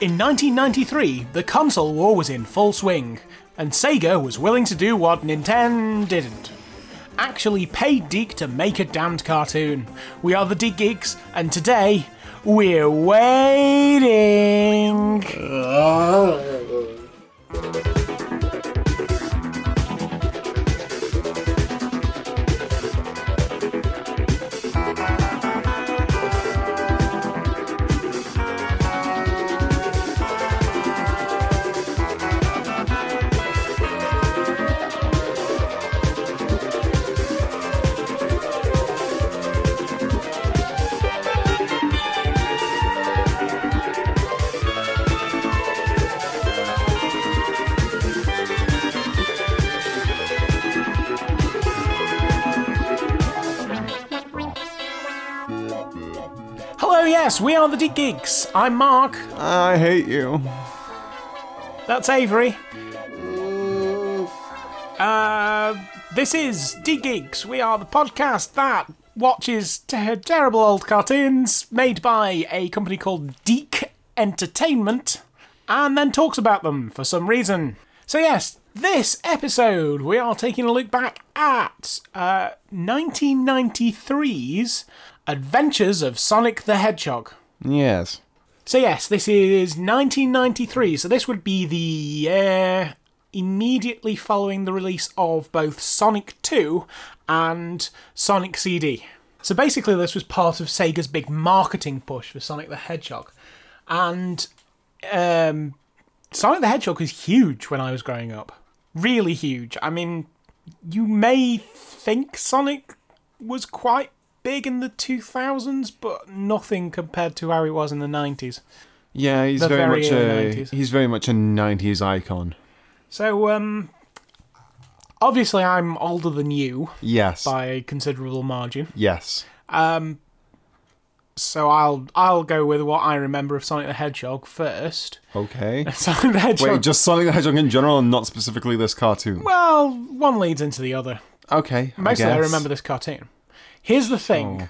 In 1993, the console war was in full swing, and Sega was willing to do what Nintendo didn't. Actually, pay Deke to make a damned cartoon. We are the Deke Geeks, and today, we're waiting! Hello, yes, we are the Deke Geeks. I'm Mark, I hate you. that's Avery. Uh, this is D Geeks. We are the podcast that watches ter- terrible old cartoons made by a company called Deke Entertainment and then talks about them for some reason. So, yes, this episode we are taking a look back at uh, 1993's Adventures of Sonic the Hedgehog. Yes. So yes, this is 1993. So this would be the uh, immediately following the release of both Sonic 2 and Sonic CD. So basically, this was part of Sega's big marketing push for Sonic the Hedgehog, and um, Sonic the Hedgehog was huge when I was growing up. Really huge. I mean, you may think Sonic was quite big in the 2000s, but nothing compared to how he was in the 90s. Yeah, he's The very, very much early a 90s. he's very much a '90s icon. So, um, obviously, I'm older than you Yes. by a considerable margin. Yes. So I'll I'll go with what I remember of Sonic the Hedgehog first. Okay. Sonic the Hedgehog. Wait, just Sonic the Hedgehog in general, and not specifically this cartoon. well, one leads into the other. Okay. Mostly, I, guess. Oh. remember this cartoon. Here's the thing: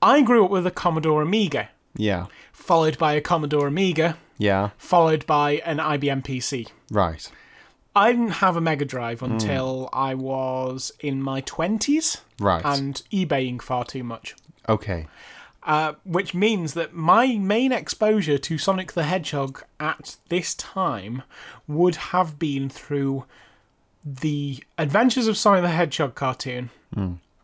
I grew up with a Commodore Amiga, Yeah. followed by a Commodore Amiga, Yeah. followed by an IBM PC. Right. I didn't have a Mega Drive Hmm. until I was in my twenties, Right. and eBaying far too much. okay. Uh, which means that my main exposure to Sonic the Hedgehog at this time would have been through the Adventures of Sonic the Hedgehog cartoon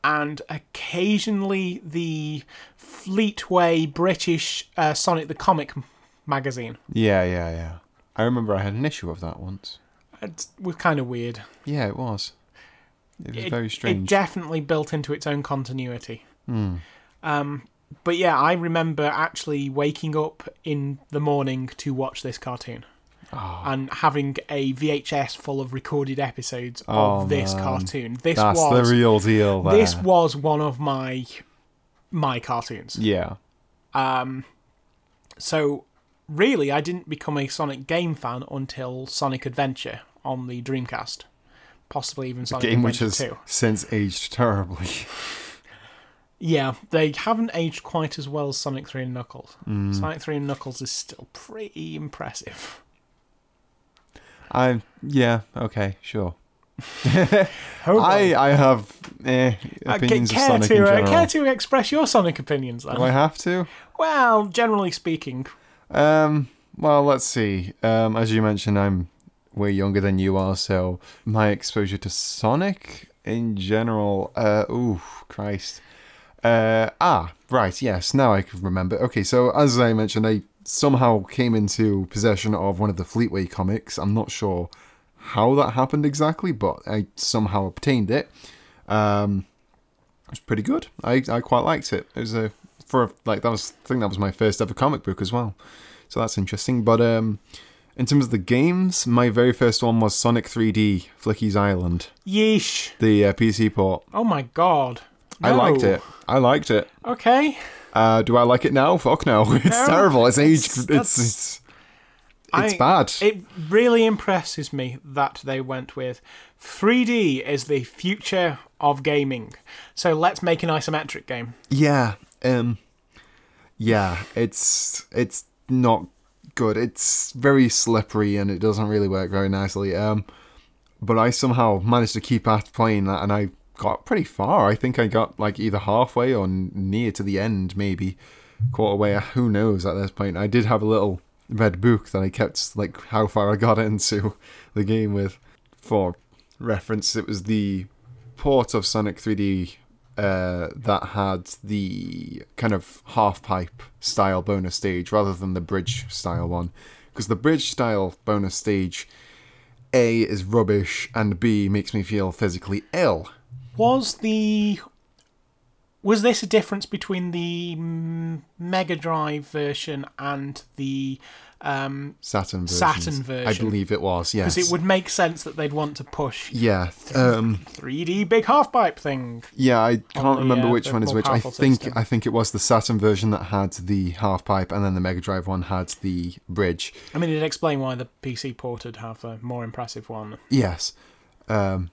and occasionally the Fleetway British uh, Sonic the Comic m- magazine. Yeah. Yeah. Yeah. I remember I had an issue of that once. It was kind of weird. Yeah, it was. It was It- very It strange. Hmm. definitely built into its own continuity. Um, but yeah, I remember actually waking up in the morning to watch this cartoon. Ah. And having a VHS full of recorded episodes Oh, of this man. cartoon. This That's was the real deal. There. this was one of my my cartoons. Yeah. So really, I didn't become a Sonic game fan until Sonic Adventure on the Dreamcast, possibly even Sonic Game which Adventure has 2. since aged terribly. Yeah, they haven't aged quite as well as Sonic 3 and Knuckles. Mm. Sonic 3 and Knuckles is still pretty impressive. I yeah okay sure. Hold I I have eh, Uh, ca- opinions care, of Sonic to, in uh, general. care to express your Sonic opinions then? Do I have to? Well, generally speaking, Um, well, let's see. Um, as you mentioned, I'm way younger than you are, so my exposure to Sonic in general. Uh, ooh, Christ. Uh, ah, right. Yes, now I can remember. Okay, so as I mentioned, I somehow came into possession of one of the Fleetway comics. I'm not sure how that happened exactly, but I somehow obtained it. Um, it was pretty good. I, I quite liked it. It was a for a, like that was I think that was my first ever comic book as well. So that's interesting. But um, in terms of the games, my very first one was Sonic 3D Flicky's Island, yeesh. the uh, PC port. Oh my god. I liked No. it. I liked it. Okay. Uh, do I like it now? Fuck no. It's No. terrible. It's age. It's that's- it's, it's, I- bad. It really impresses me that they went with 3D is the future of gaming. So let's make an isometric game. yeah. Um. Yeah. It's it's not good. It's very slippery and it doesn't really work very nicely. Um, but I somehow managed to keep at playing that, and I got pretty far. I think I got like either halfway or n- near to the end, maybe quarter way. Who knows at this point? I did have a little red book that I kept like how far I got into the game with. For reference, it was the port of Sonic 3D uh, that had the kind of half pipe style bonus stage rather than the bridge style one. Because the bridge style bonus stage, A, is rubbish, and B, makes me feel physically ill. Was the was this a difference between the mm, Mega Drive version and the um, Saturn version. Saturn version. I believe it was, yes. because it would make sense that they'd want to push Yeah. Um, 3D big half pipe thing. Yeah, I can't the, remember uh, which the one is more which. I powerful think system. I think it was the Saturn version that had the half pipe, and then the Mega Drive one had the bridge. I mean, it'd explain why the PC port would have a more impressive one. Yes, um,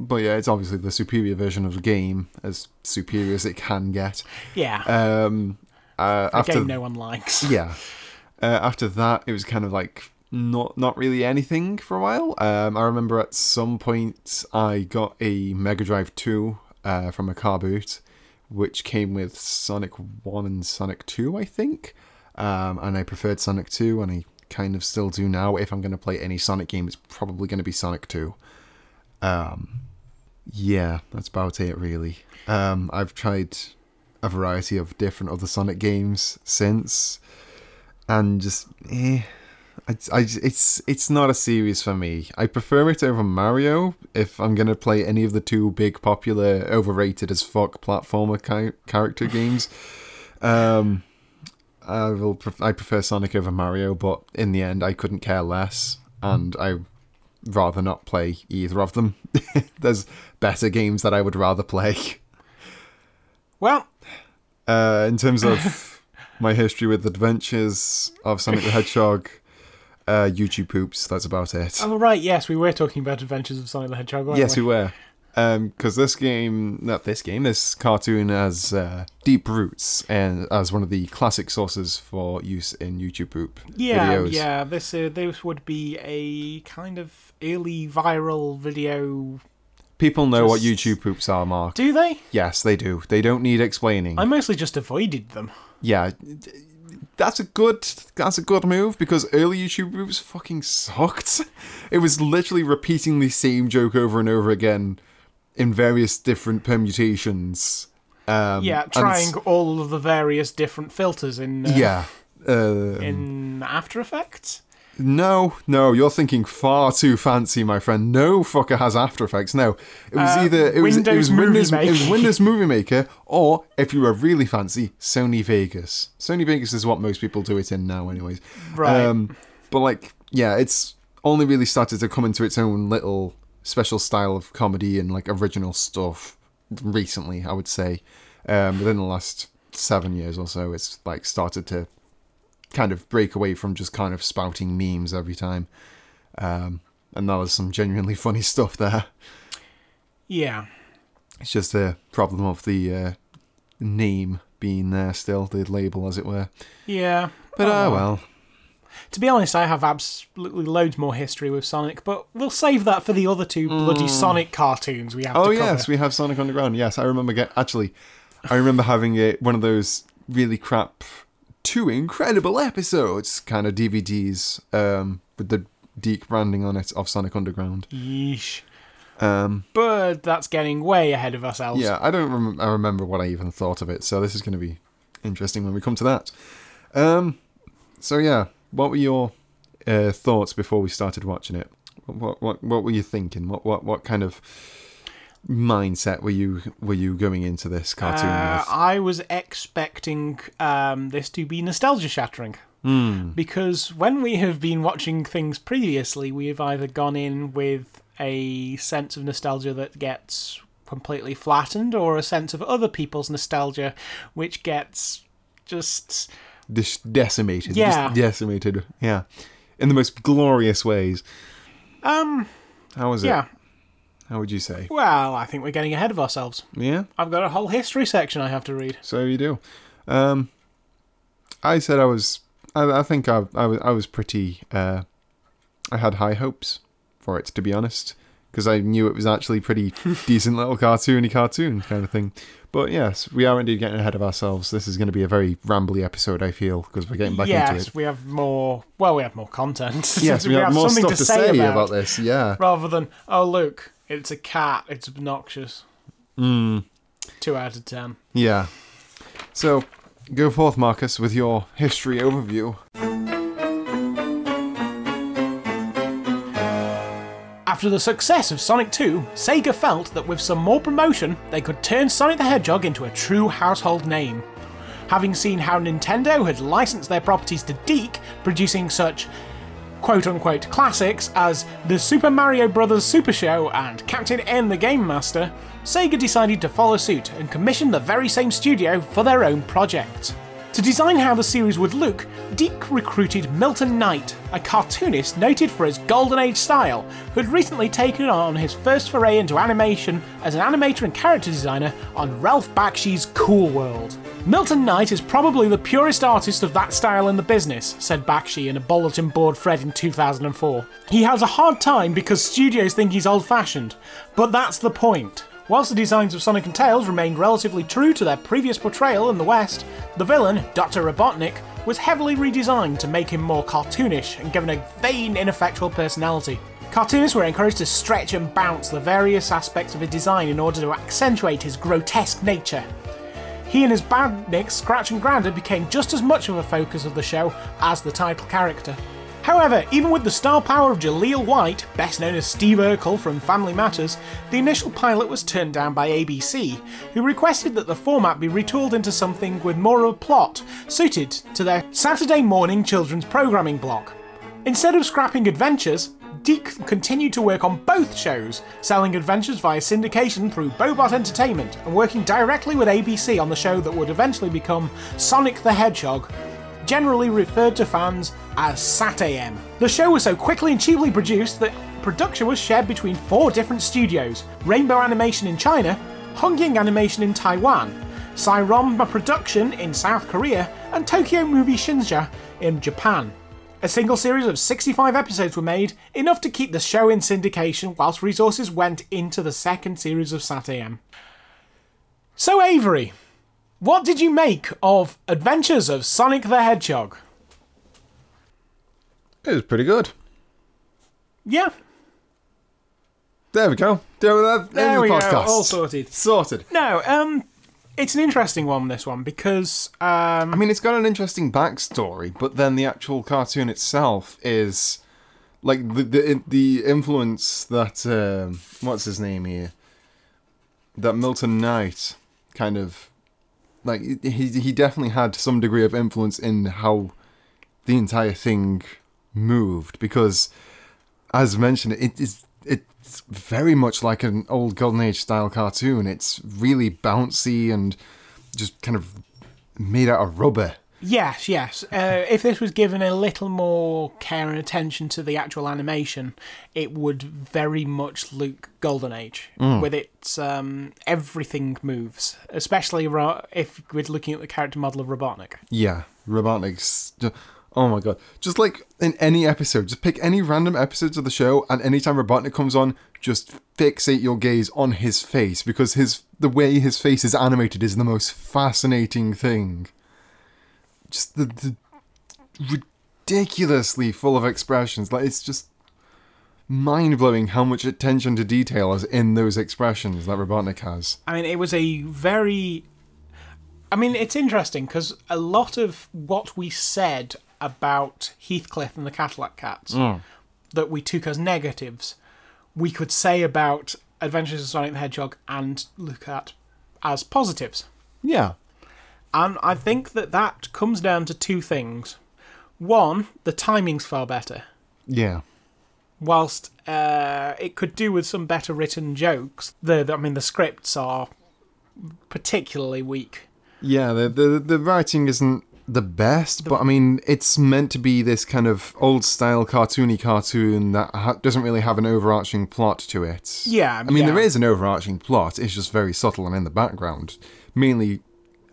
but yeah, it's obviously the superior version of the game, as superior as it can get. Yeah, Um, uh, a after game no one likes. yeah, uh, after that, it was kind of like not not really anything for a while. Um, I remember at some point I got a Mega Drive Two uh, from a car boot, which came with Sonic One and Sonic Two, I think. Um, and I preferred Sonic Two, and I kind of still do now. If I'm going to play any Sonic game, it's probably going to be Sonic Two. Um, yeah, that's about it really. Um, I've tried a variety of different other Sonic games since, and just eh, I, I j- it's it's not a series for me. I prefer it over Mario if I'm gonna play any of the two big popular, overrated as fuck platformer ki- character games. Um, I will pref- I prefer Sonic over Mario, but in the end, I couldn't care less, and I rather not play either of them. There's better games that I would rather play. Well, Uh, in terms of my history with adventures of Sonic the Hedgehog, uh, YouTube poops. That's about it. oh right, yes, we were talking about Adventures of Sonic the Hedgehog. Weren't yes, we? we were. Because this game, not this game, this cartoon has uh, deep roots and as one of the classic sources for use in YouTube poop yeah, videos. yeah. This uh, this would be a kind of early viral video. People know what Just- YouTube poops are, Mark. Do they? Yes, they do. They don't need explaining. I mostly just avoided them. yeah, that's a good that's a good move because early YouTube moves fucking sucked. It was literally repeating the same joke over and over again in various different permutations. Um, Yeah, and it's- trying all of the various different filters in uh, Yeah. Uh, in After Effects. no, no, you're thinking far too fancy, my friend. No fucker has After Effects. No, it was Uh, either it was, it Windows was Movie Windows it was Maker. Windows Movie Maker, or if you were really fancy, Sony Vegas. Sony Vegas is what most people do it in now, anyways. Right. Um, but like, yeah, it's only really started to come into its own little special style of comedy and like original stuff recently, I would say. Um, within the last seven years or so, it's like started to kind of break away from just kind of spouting memes every time. Um, and that was some genuinely funny stuff there. Yeah. It's just a problem of the uh, name being there still, the label, as it were. Yeah. But Oh, oh well. well. To be honest, I have absolutely loads more history with Sonic, but we'll save that for the other two bloody Sonic cartoons we have Mm. Oh to cover. yes, we have Sonic Underground. Yes, I remember. Get actually, I remember having a, one of those really crap, two incredible episodes kind of DVDs um, with the Deke branding on it of Sonic Underground. Yeesh. Um, But that's getting way ahead of ourselves. yeah, I don't rem- I remember what I even thought of it. So this is going to be interesting when we come to that. Um, so yeah, what were your uh, thoughts before we started watching it? What what what were you thinking? What what what kind of mindset were you were you going into this cartoon Uh, with? I was expecting um, this to be nostalgia shattering. Hmm. Because when we have been watching things previously, we have either gone in with a sense of nostalgia that gets completely flattened or a sense of other people's nostalgia which gets just dis- decimated. Yeah. Just decimated. Yeah. In the most glorious ways. um How was yeah it? How would you say? well i think we're getting ahead of ourselves Yeah. i've got a whole history section i have to read So you do. Um, I said I was I, I think I, I, was- I was pretty. Uh, I had high hopes for it, to be honest, because I knew it was actually pretty decent little cartoony cartoon kind of thing. But yes, we are indeed getting ahead of ourselves. This is going to be a very rambly episode, I feel, because we're getting back into yes, it. we have more. Well, we have more content. Yes, we, have, more something stuff to say, about, this. Yeah. rather than oh look, it's a cat. It's obnoxious. Two out of ten. Yeah. So, go forth, Marcus, with your history overview. After the success of Sonic 2, Sega felt that with some more promotion, they could turn Sonic the Hedgehog into a true household name. Having seen how Nintendo had licensed their properties to Deke, producing such quote unquote classics as the Super Mario Bros. Super Show and Captain N the Game Master, Sega decided to follow suit and commission the very same studio for their own project. To design how the series would look, Deke recruited Milton Knight, a cartoonist noted for his Golden Age style, who had recently taken on his first foray into animation as an animator and character designer on Ralph Bakshi's Cool World. Milton Knight is probably the purest artist of that style in the business, said Bakshi in a bulletin board thread in 2004. He has a hard time because studios think he's old fashioned, but that's the point. Whilst the designs of Sonic and Tails remained relatively true to their previous portrayal in the West, the villain, Dr. Robotnik, was heavily redesigned to make him more cartoonish and given a vain, ineffectual personality. Cartoonists were encouraged to stretch and bounce the various aspects of his design in order to accentuate his grotesque nature. He and his bandnick Scratch and Grinder became just as much of a focus of the show as the title character. However, even with the star power of Jaleel White, best known as Steve Urkel from Family Matters, the initial pilot was turned down by ABC, who requested that the format be retooled into something with more of a plot suited to their Saturday morning children's programming block. Instead of scrapping adventures, Deke continued to work on both shows, selling adventures via syndication through Bobot Entertainment and working directly with ABC on the show that would eventually become Sonic the Hedgehog, generally referred to fans as SatAM. The show was so quickly and cheaply produced that production was shared between four different studios Rainbow Animation in China, Hongying Animation in Taiwan, Cyromba Production in South Korea, and Tokyo Movie Shinja in Japan. A single series of 65 episodes were made, enough to keep the show in syndication whilst resources went into the second series of SatAM. So, Avery, what did you make of Adventures of Sonic the Hedgehog? It was pretty good. Yeah, There we go. There, that, there end we of the go, podcast. all sorted. Sorted. No, um, it's an interesting one, this one, because, um, I mean, it's got an interesting backstory, but then the actual cartoon itself is like the the, the influence that um, what's his name here, that Milton Knight kind of like he he definitely had some degree of influence in how the entire thing moved because, as mentioned, it is it's very much like an old golden age style cartoon. It's really bouncy and just kind of made out of rubber. yes, yes. Uh, if this was given a little more care and attention to the actual animation, it would very much look Golden Age, with its, um, everything moves, especially ro- if we're looking at the character model of Robotnik. Yeah, robotics. Oh my god! Just like in any episode, just pick any random episodes of the show, and anytime Robotnik comes on, just fixate your gaze on his face because his the way his face is animated is the most fascinating thing. Just the, the ridiculously full of expressions. Like it's just mind blowing how much attention to detail is in those expressions that Robotnik has. I mean, it was a very. I mean, it's interesting because a lot of what we said about Heathcliff and the Cadillac Cats that we took as negatives, we could say about Adventures of Sonic the Hedgehog and look at as positives. Yeah. And I think that that comes down to two things. One, the timing's far better Yeah. whilst uh, it could do with some better written jokes, the, the I mean the scripts are particularly weak. Yeah, the, the the writing isn't the best, but I mean, it's meant to be this kind of old style cartoony cartoon that ha- doesn't really have an overarching plot to it. Yeah, I mean, yeah. there is an overarching plot. It's just very subtle and in the background, mainly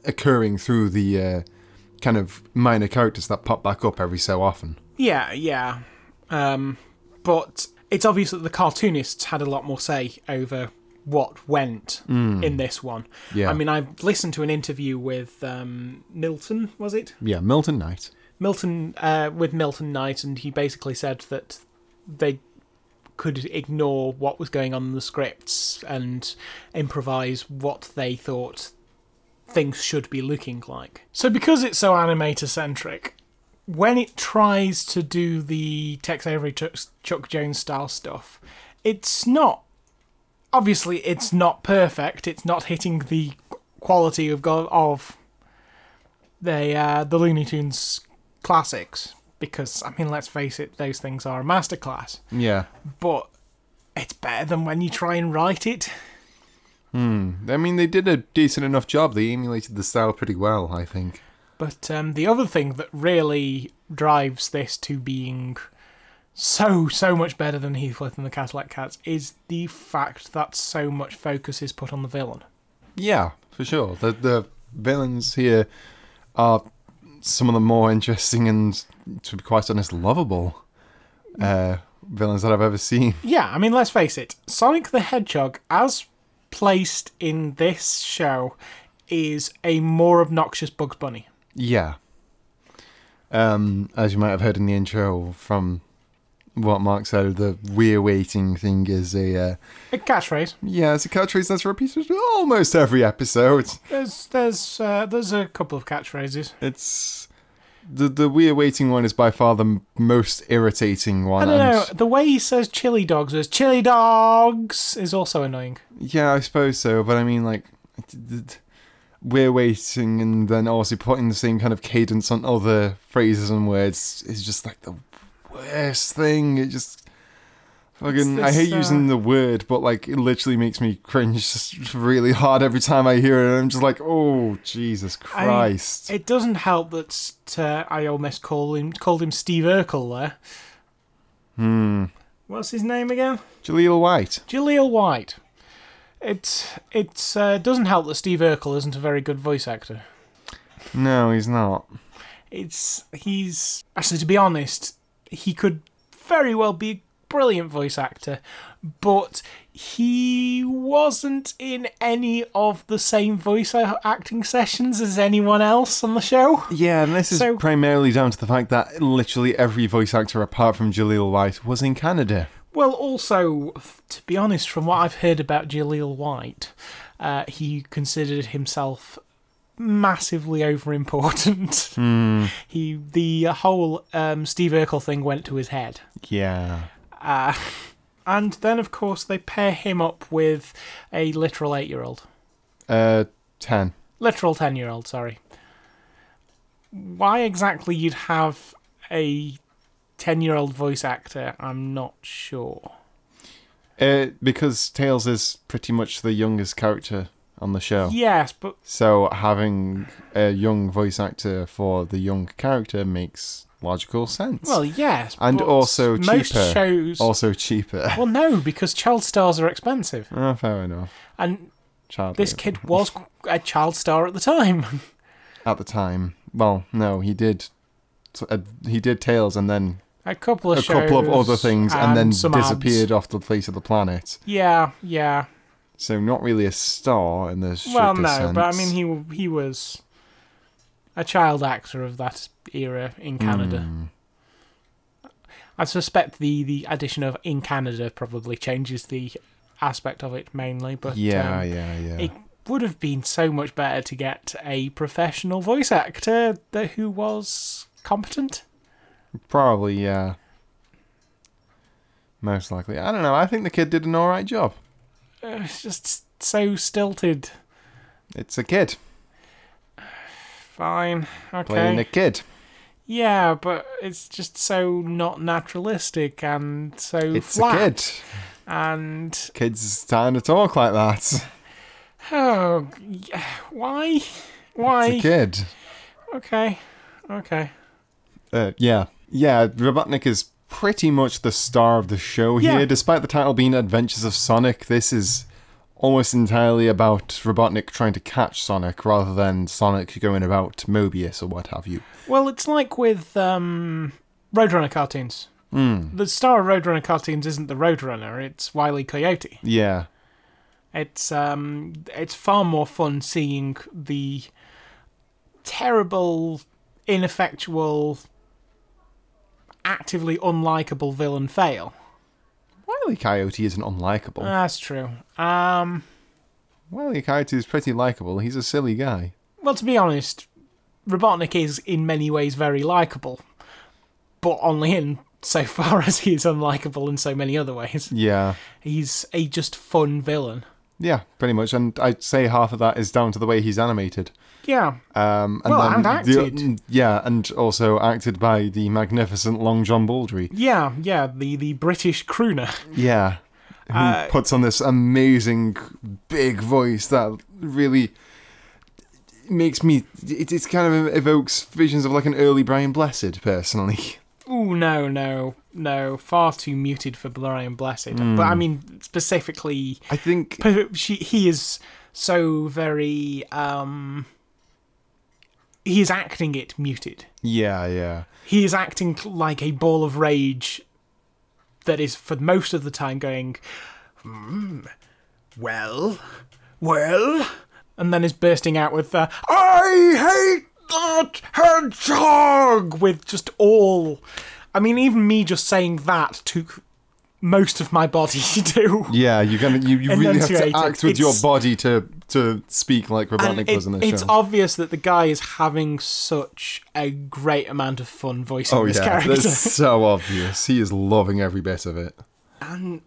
occurring through the uh, kind of minor characters that pop back up every so often. Yeah, yeah. Um, but it's obvious that the cartoonists had a lot more say over what went in this one. Yeah. I mean, I listened to an interview with um, Milton, was it? Yeah, Milton Knight. Milton uh, with Milton Knight, and he basically said that they could ignore what was going on in the scripts and improvise what they thought things should be looking like. So, because it's so animator centric, when it tries to do the Tex Avery Chuck, Chuck Jones style stuff, it's not. Obviously, it's not perfect. It's not hitting the quality of go- of the uh, the Looney Tunes classics because I mean, let's face it, those things are a masterclass. Yeah. But it's better than when you try and write it. I mean, they did a decent enough job. They emulated the style pretty well, I think. But um, the other thing that really drives this to being so so much better than Heathcliff and the Cadillac Cats is the fact that so much focus is put on the villain. Yeah, for sure. The the villains here are some of the more interesting and, to be quite honest, lovable uh, villains that I've ever seen. Yeah, I mean, let's face it. Sonic the Hedgehog, as placed in this show, is a more obnoxious Bugs Bunny. Yeah. Um, as you might have heard in the intro from what Mark said, the we're waiting thing is a uh, A catchphrase. yeah, it's a catchphrase that's repeated almost every episode. There's there's uh, there's a couple of catchphrases. It's the the we're waiting one is by far the m- most irritating I one. don't know. and- The way he says chili dogs is chili dogs is also annoying. Yeah, I suppose so. But I mean, like, d- d- d- we're waiting, and then obviously putting the same kind of cadence on other phrases and words is just like the worst thing. It just fucking. I this, hate uh, using the word, but like, it literally makes me cringe just really hard every time I hear it. And I'm just like, oh Jesus I mean, Christ! it doesn't help that uh, I almost call him called him Steve Urkel there. Hmm. What's his name again? Jaleel White. Jaleel White. It it uh, doesn't help that Steve Urkel isn't a very good voice actor. No, he's not. It's he's actually to be honest, he could very well be a brilliant voice actor, but he wasn't in any of the same voice a- acting sessions as anyone else on the show. Yeah, and this is So- primarily down to the fact that literally every voice actor apart from Jaleel White was in Canada. Well, also f- to be honest, from what I've heard about Jaleel White, uh, he considered himself massively over important. He the whole um, Steve Urkel thing went to his head. Yeah. Uh, and then, of course, they pair him up with a literal eight year old. Uh, 10. Literal 10 year old, sorry. Why exactly you'd have a 10 year old voice actor, I'm not sure. Uh, because Tails is pretty much the youngest character on the show. Yes, but So having a young voice actor for the young character makes logical sense. Well, yes, And but also most cheaper. shows. also cheaper. Well, no, because child stars are expensive, Oh, fair enough. and Child this labor. kid was a child star at the time. at the time. Well, no, he did. Uh, he did Tails and then A couple of a couple of shows other things and, then some ads. disappeared off the face of the planet. Yeah, yeah. So not really a star in the Well, strictest no, sense. but I mean, he w- he was a child actor of that era in Canada. Hmm. I suspect the the addition of in Canada probably changes the aspect of it mainly, but yeah, um, yeah, yeah. it would have been so much better to get a professional voice actor that who was competent. Probably, yeah. Most likely. I don't know. I think the kid did an all right job. Uh, It's just so stilted. It's a kid Fine, okay. playing a kid. Yeah, but it's just so not naturalistic and so It's flat. a kid. And Kids starting to talk like that. oh, yeah, why? Why? It's a kid. Okay, okay. Uh, yeah, yeah. Robotnik is pretty much the star of the show Yeah. here, despite the title being Adventures of Sonic. This is almost entirely about Robotnik trying to catch Sonic rather than Sonic going about Mobius or what have you. Well, it's like with um, Roadrunner cartoons. Hmm. The star of Roadrunner cartoons isn't the Roadrunner; it's Wile E. Coyote. Yeah. It's um, it's far more fun seeing the terrible, ineffectual, actively unlikable villain fail. Wily Coyote isn't unlikable. That's true. Um, Wily Coyote is pretty likable. He's a silly guy. well, to be honest, Robotnik is in many ways very likable, but only in so far as he is unlikable in so many other ways. Yeah. He's a just fun villain. Yeah, pretty much. And I'd say half of that is down to the way he's animated. Yeah, Um, and Well, then and the- acted. yeah, and also acted by the magnificent Long John Baldry. yeah, yeah. The the British crooner. Yeah. Who Uh, puts on this amazing big voice that really makes me. It, it kind of evokes visions of like an early Brian Blessed, personally. Ooh, no, no, no. Far too muted for Brian Blessed. But I mean, specifically, I think. p- she, he is so very. um He is acting it muted. Yeah, yeah. He is acting cl- like a ball of rage that is, for most of the time, going, "Hmm, well, well, and then is bursting out with, uh, I hate that hedgehog! With just all. I mean, even me just saying that took most of my body to. Yeah, you're gonna you, you really have to Enunciate it. act with your It's- body to to speak like And Robotnik it- does in this it's show. obvious that the guy is having such a great amount of fun voicing oh this yeah, character. that's so obvious. He is loving every bit of it. and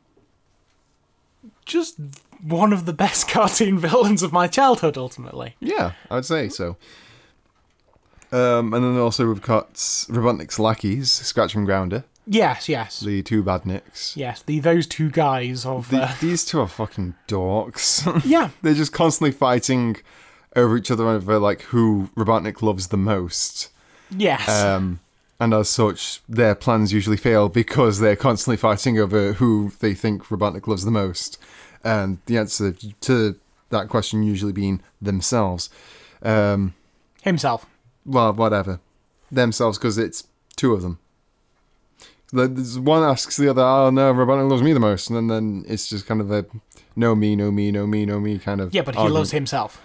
just one of the best cartoon villains of my childhood ultimately Yeah, I would say so. Um, and then also we've got Robotnik's lackeys, Scratch and Grounder, yes yes the two badniks. yes the those two guys of The- uh, these two are fucking dorks. yeah They're just constantly fighting over each other over like who Robotnik loves the most. yes Um, and as such, their plans usually fail because they're constantly fighting over who they think Robotnik loves the most. And the answer to that question usually being themselves. Um, himself well, whatever. Themselves, because it's two of them. The- there's One asks the other, oh no, Robotnik loves me the most. And then it's just kind of a no me, no me, no me, no me kind of. yeah but he argument. loves himself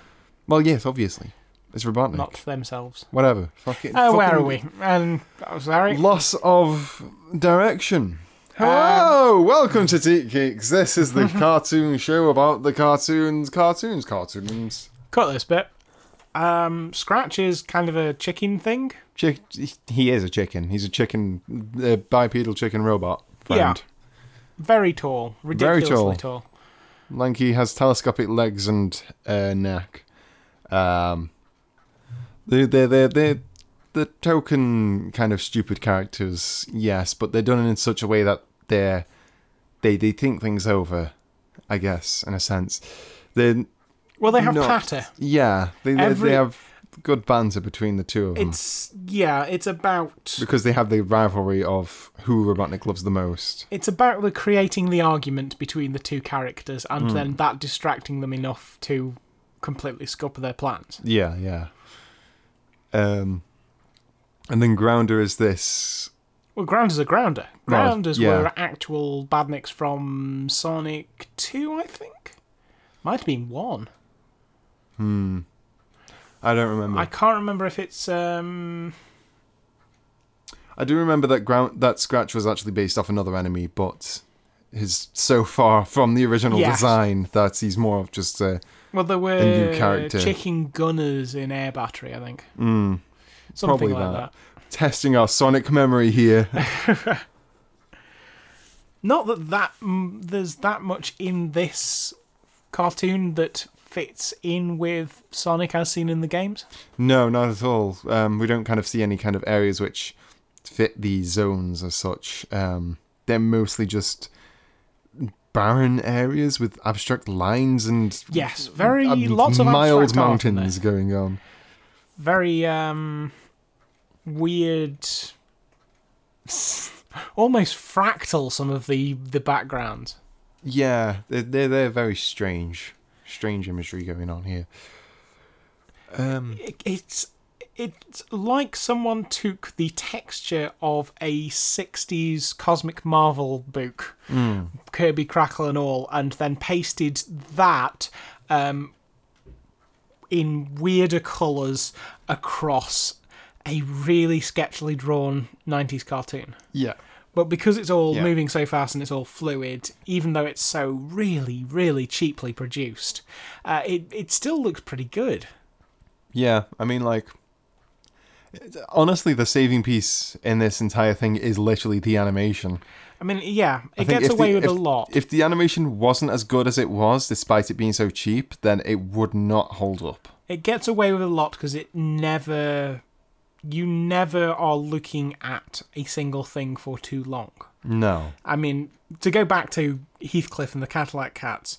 Well, yes, obviously. It's Robotnik. not themselves Whatever. Fuck it. oh where are Fucking- we and i'm sorry Loss of direction. Hello, welcome to Teat Geeks. This is the cartoon show about the cartoons, cartoons, cartoons. cut this bit um scratch is kind of a chicken thing Chick- he is a chicken. He's a chicken, a bipedal chicken robot friend. very tall Very ridiculously tall. tall Lanky has telescopic legs and a neck. Um, they they they they the token kind of stupid characters, yes, but they're done in such a way that they're they they think things over, I guess, in a sense. They well they have Not- patter yeah they they, Every- they have good banter between the two of them it's yeah it's about because they have the rivalry of who Robotnik loves the most. It's about the creating the argument between the two characters and Hmm. then that distracting them enough to completely scupper their plans. Yeah, yeah. Um, and then Grounder is this Well, Grounders are Grounder. Well, Grounders yeah. were actual badniks from Sonic 2, I think? Might have been 1. I don't remember. I I, can't remember if it's. um do remember that ground that scratch was actually based off another enemy, but is so far from the original Yes. design that he's more of just uh, a Well, there were new character. chicken gunners in Air Battery, I think. mm, Something probably like that. that. testing our sonic memory here. Not that that mm, there's that much in this cartoon that fits in with Sonic as seen in the games. no, not at all. Um, we don't kind of see any kind of areas which fit the zones as such. Um, they're mostly just barren areas with abstract lines and Yes, very um, lots of mild abstract art in there. mountains going on. Very um weird almost fractal some of the the background. Yeah, they're, they're, they're very strange. strange imagery going on here. Um, It- it's it's like someone took the texture of a 60s cosmic marvel book kirby crackle and all and then pasted that um, in weirder colours across a really sketchily drawn 90s cartoon yeah, but because it's all Yeah. moving so fast and it's all fluid, even though it's so really, really cheaply produced, uh, it it still looks pretty good. yeah. I mean, like, it's- honestly, the saving piece in this entire thing is literally the animation. I mean, yeah, I it think gets if away the- with if- a lot. If the animation wasn't as good as it was, despite it being so cheap, then it would not hold up. it gets away with a lot because it never, you never are looking at a single thing for too long. No. I mean, to go back to Heathcliff and the Cadillac Cats,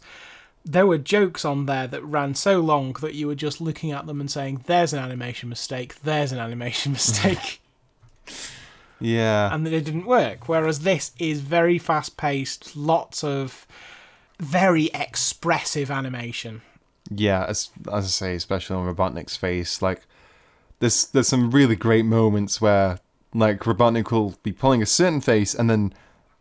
there were jokes on there that ran so long that you were just looking at them and saying, "There's an animation mistake. There's an animation mistake." Yeah. and that it didn't work. Whereas this is very fast paced, lots of very expressive animation. yeah, as as I say, especially on Robotnik's face, like there's there's some really great moments where like Robotnik will be pulling a certain face, and then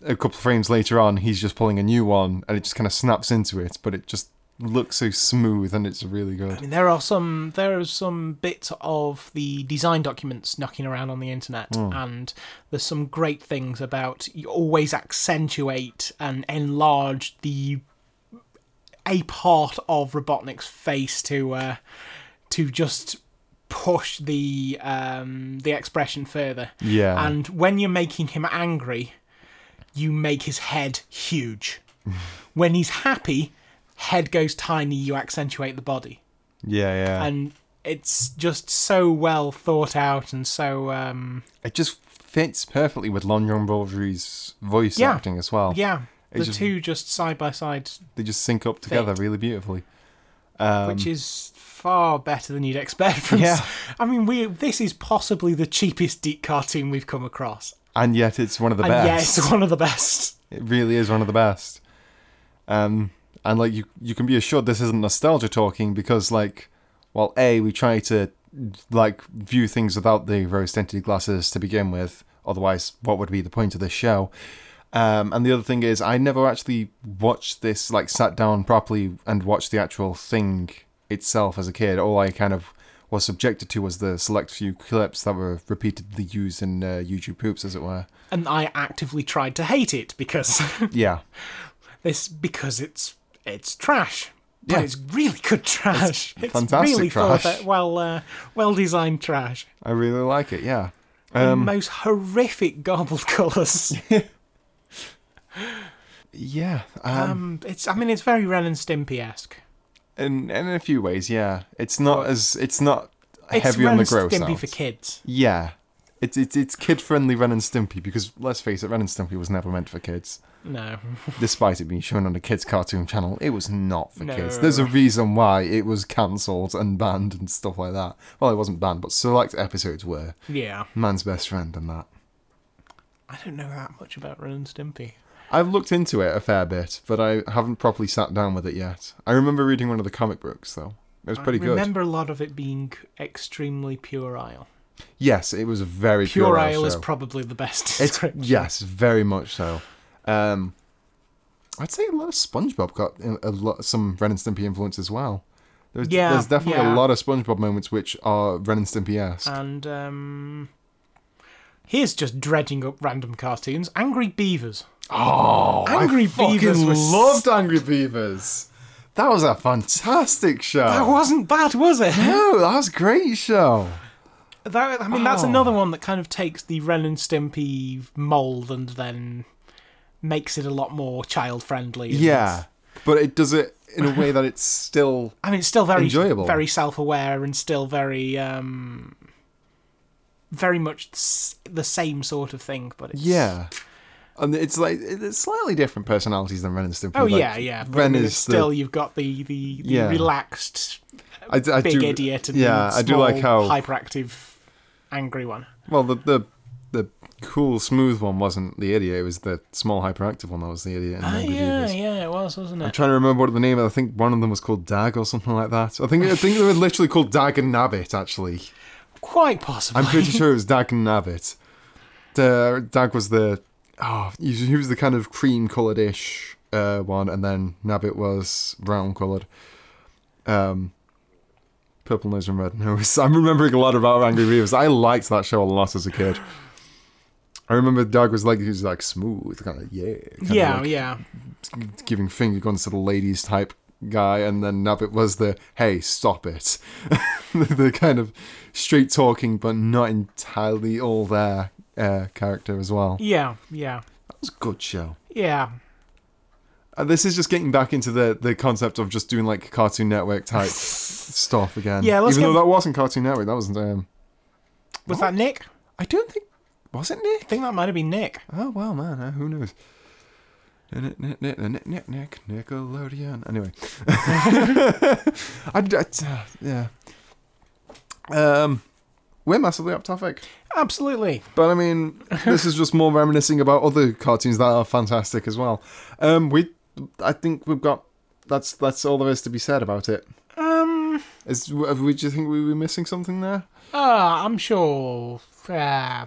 a couple of frames later on, he's just pulling a new one, and it just kind of snaps into it, but it just looks so smooth, and it's really I good. mean, there are some there are some bits of the design documents knocking around on the internet, and there's some great things about you always accentuate and enlarge the a part of Robotnik's face to uh, to just push the um, the expression further. Yeah, And when you're making him angry, you make his head huge. when he's happy, head goes tiny, you accentuate the body. yeah, yeah. And it's just so well thought out and so um it just fits perfectly with Lon-Yon Baldry's voice Yeah. acting as well. yeah, the just- two just side by side, they just sync up together really beautifully. which is far better than you'd expect from Um, Yeah. s- I mean, we this is possibly the cheapest deep cartoon we've come across. And yet, it's one of the And best. yeah, it's one of the best. It really is one of the best. Um, and like you, you can be assured this isn't nostalgia talking because like, well, a we try to like view things without the rose tinted glasses to begin with. Otherwise, what would be the point of this show? Um, and the other thing is, I never actually watched this like sat down properly and watched the actual thing itself as a kid. All I kind of was subjected to was the select few clips that were repeatedly used in uh, YouTube poops, as it were. And I actively tried to hate it because Yeah. this because it's it's trash. Yeah. But it's really good trash. It's, fantastic really trash. thought out, well, uh, well designed trash. I really like it. Yeah. the Um, most horrific garbled colours. Yeah. Um, um, it's I mean it's very Ren and Stimpy esque. in in a few ways, yeah. It's not as it's not It's heavy Ren on the and gross. Stimpy sounds. for kids. Yeah. It's it's it's kid friendly Ren and Stimpy because let's face it, Ren and Stimpy was never meant for kids. No, Despite it being shown on a kids cartoon channel, it was not for No. kids. There's a reason why it was cancelled and banned and stuff like that. Well, it wasn't banned, but select episodes were. yeah, Man's best friend and that. I don't know that much about Ren and Stimpy. I've looked into it a fair bit, but I haven't properly sat down with it yet. I remember reading one of the comic books though. It was pretty I good. remember a lot of it being extremely Pure Isle. Yes, it was a very Pure, pure Isle is show. probably the best It's description. yes, very much so. Um, I'd say a lot of SpongeBob got in- a lot some Ren and Stimpy influence as well. There's, Yeah, there's definitely yeah. Uh, a lot of SpongeBob moments which are Ren and Stimpy esque. And um, here's just dredging up random cartoons. Angry Beavers. oh, Angry fucking Beavers was- loved Angry Beavers. That was a fantastic show. That wasn't bad, was it? no, that was a great show. That, I mean, that's Oh. another one that kind of takes the Ren and Stimpy mold and then makes it a lot more child friendly. Yeah, but it does it in a way that it's still I mean, it's still very Enjoyable. very self aware, and still very, um, very much s- the same sort of thing. But it's, yeah. And it's like it's slightly different personalities than Ren and Stimpy. Oh like, yeah, yeah. But I Ren mean, is it's the- still you've got the the, the Yeah. relaxed I, I big do, idiot and yeah, small, I do like how hyperactive, angry one. well the, the the cool, smooth one wasn't the idiot. It was the small, hyperactive one that was the idiot. And Ah, nobody yeah, was- yeah, it was, wasn't I'm it? trying to remember what the name. I think one of them was called Dag or something like that. I think I think they were literally called Dag and Nabbit. Actually, Quite possibly. I'm pretty sure it was Dag and Nabbit. Da- Dag was the oh, he was- he was the kind of cream coloured ish uh, one, and then Nabbit was brown coloured. Um, purple nose and red nose. I'm remembering a lot about Angry Beavers. I liked that show a lot as a kid. I remember Dag was like he was like smooth, kind of yeah, kind yeah, of like yeah. giving finger guns to the ladies type guy, and then Nabbit was the hey, stop it. the, the kind of straight talking but not entirely all there uh, character as well. Yeah, yeah, That was a good show. yeah. Uh, this is just getting back into the, the concept of just doing like Cartoon Network type stuff again. Yeah, let's even though get- that wasn't Cartoon Network, that wasn't. Um, Was that Nick? I don't think was it I Nick. think that might have been Nick. Oh well, man, uh, who knows? Nick, Nick, Nick, Nick, Nick, Nick, Nickelodeon. Anyway, I, d- I d- uh, yeah. Um, we're massively up topic, Absolutely. but I mean, this is just more reminiscing about other cartoons that are fantastic as well. Um, we, I think we've got. That's that's all there is to be said about it. Um. Is have we, do you think we were missing something there? Ah, I'm sure. Uh,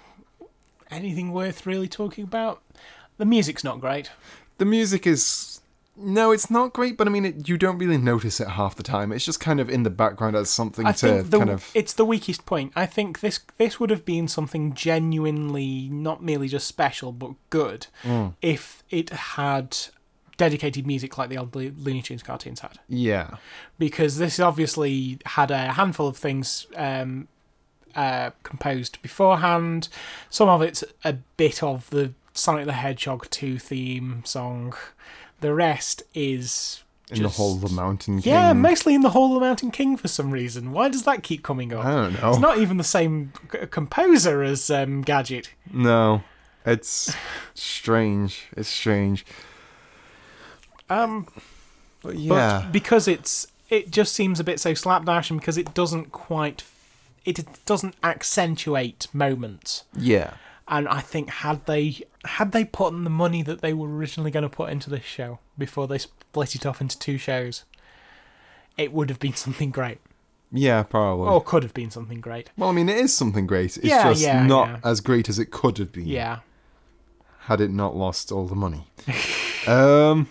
anything worth really talking about? The music's not great. the music is no, it's not great, but I mean, it, you don't really notice it half the time. It's just kind of in the background as something I to think the, kind of. it's the weakest point. I think this this would have been something genuinely not merely just special but good if it had dedicated music like the old Lo- Looney Tunes cartoons had. yeah, because this obviously had a handful of things um, uh, composed beforehand. Some of it's a bit of the Sonic the Hedgehog 2 theme song. The rest is in the just- whole of the mountain. Yeah, King. mostly in the Hall of the Mountain King for some reason. Why does that keep coming up? I don't know. It's not even the same c- composer as um, Gadget. no, it's strange. It's strange. Um, But but yeah, because it's it just seems a bit so slapdash, and because it doesn't quite it doesn't accentuate moments. yeah. and I think had they had they put in the money that they were originally going to put into this show before they split it off into two shows, it would have been something great, Yeah, probably. or could have been something great. Well, I mean, it is something great. It's Oh. Yeah, just yeah, not yeah. as great as it could have been Yeah, had it not lost all the money. um,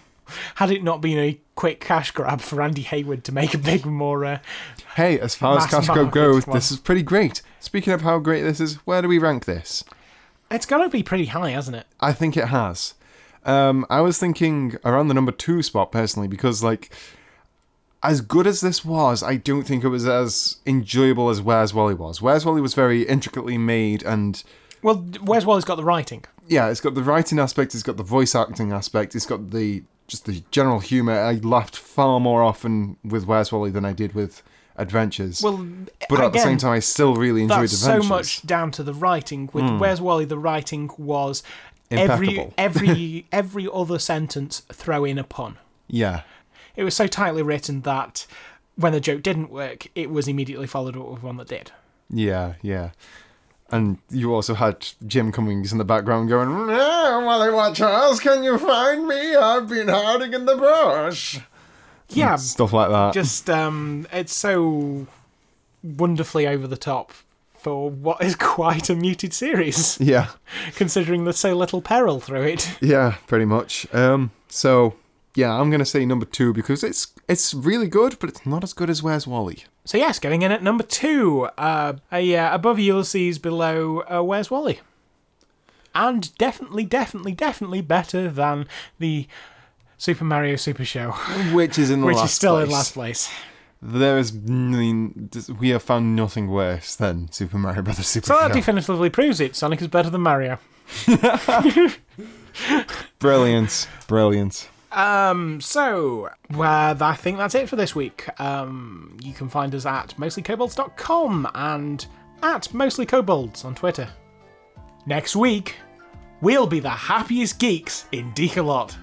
had it not been a quick cash grab for Andy Hayward to make a big more. Uh, hey, as far as Mass Casco market goes, one. this is pretty great. Speaking of how great this is, where do we rank this? it's going to be pretty high, hasn't it? I think it has. Um, I was thinking around the number two spot personally because, like, as good as this was, I don't think it was as enjoyable as Where's Wally was. Where's Wally was very intricately made, and Well, d- Where's Wally's got the writing. yeah, it's got the writing aspect, it's got the voice acting aspect, it's got the just the general humor. I laughed far more often with Where's Wally than I did with Adventures. Well, but again, at the same time, I still really enjoyed that's so Adventures. Hmm. much down to the writing. With Where's Wally, the writing was Impeccable. every every every other sentence throw in a pun. Yeah, It was so tightly written that when the joke didn't work, it was immediately followed up with one that did. Yeah, yeah. And you also had Jim Cummings in the background going, "No, Wally Watchers, can you find me? I've been hiding in the brush." Yeah, Stuff like that. just um, it's so wonderfully over the top for what is quite a muted series, yeah, considering there's so little peril through it. yeah, pretty much. Um, so yeah, I'm gonna say number two because it's it's really good, but it's not as good as Where's Wally. So yes, going in at number two, uh, a, uh, above Ulysses, below uh, Where's Wally, and definitely, definitely, definitely better than the Super Mario Super Show, Which is in the which last is still place. in last place. There is n- we have found nothing worse than Super Mario Brothers Super. So that Show. definitively proves it. Sonic is better than Mario. brilliant, brilliant. Um, so, well, I think that's it for this week. Um, you can find us at mostlykobolds.com and at mostlykobolds on Twitter. Next week, we'll be the happiest geeks in Decolot.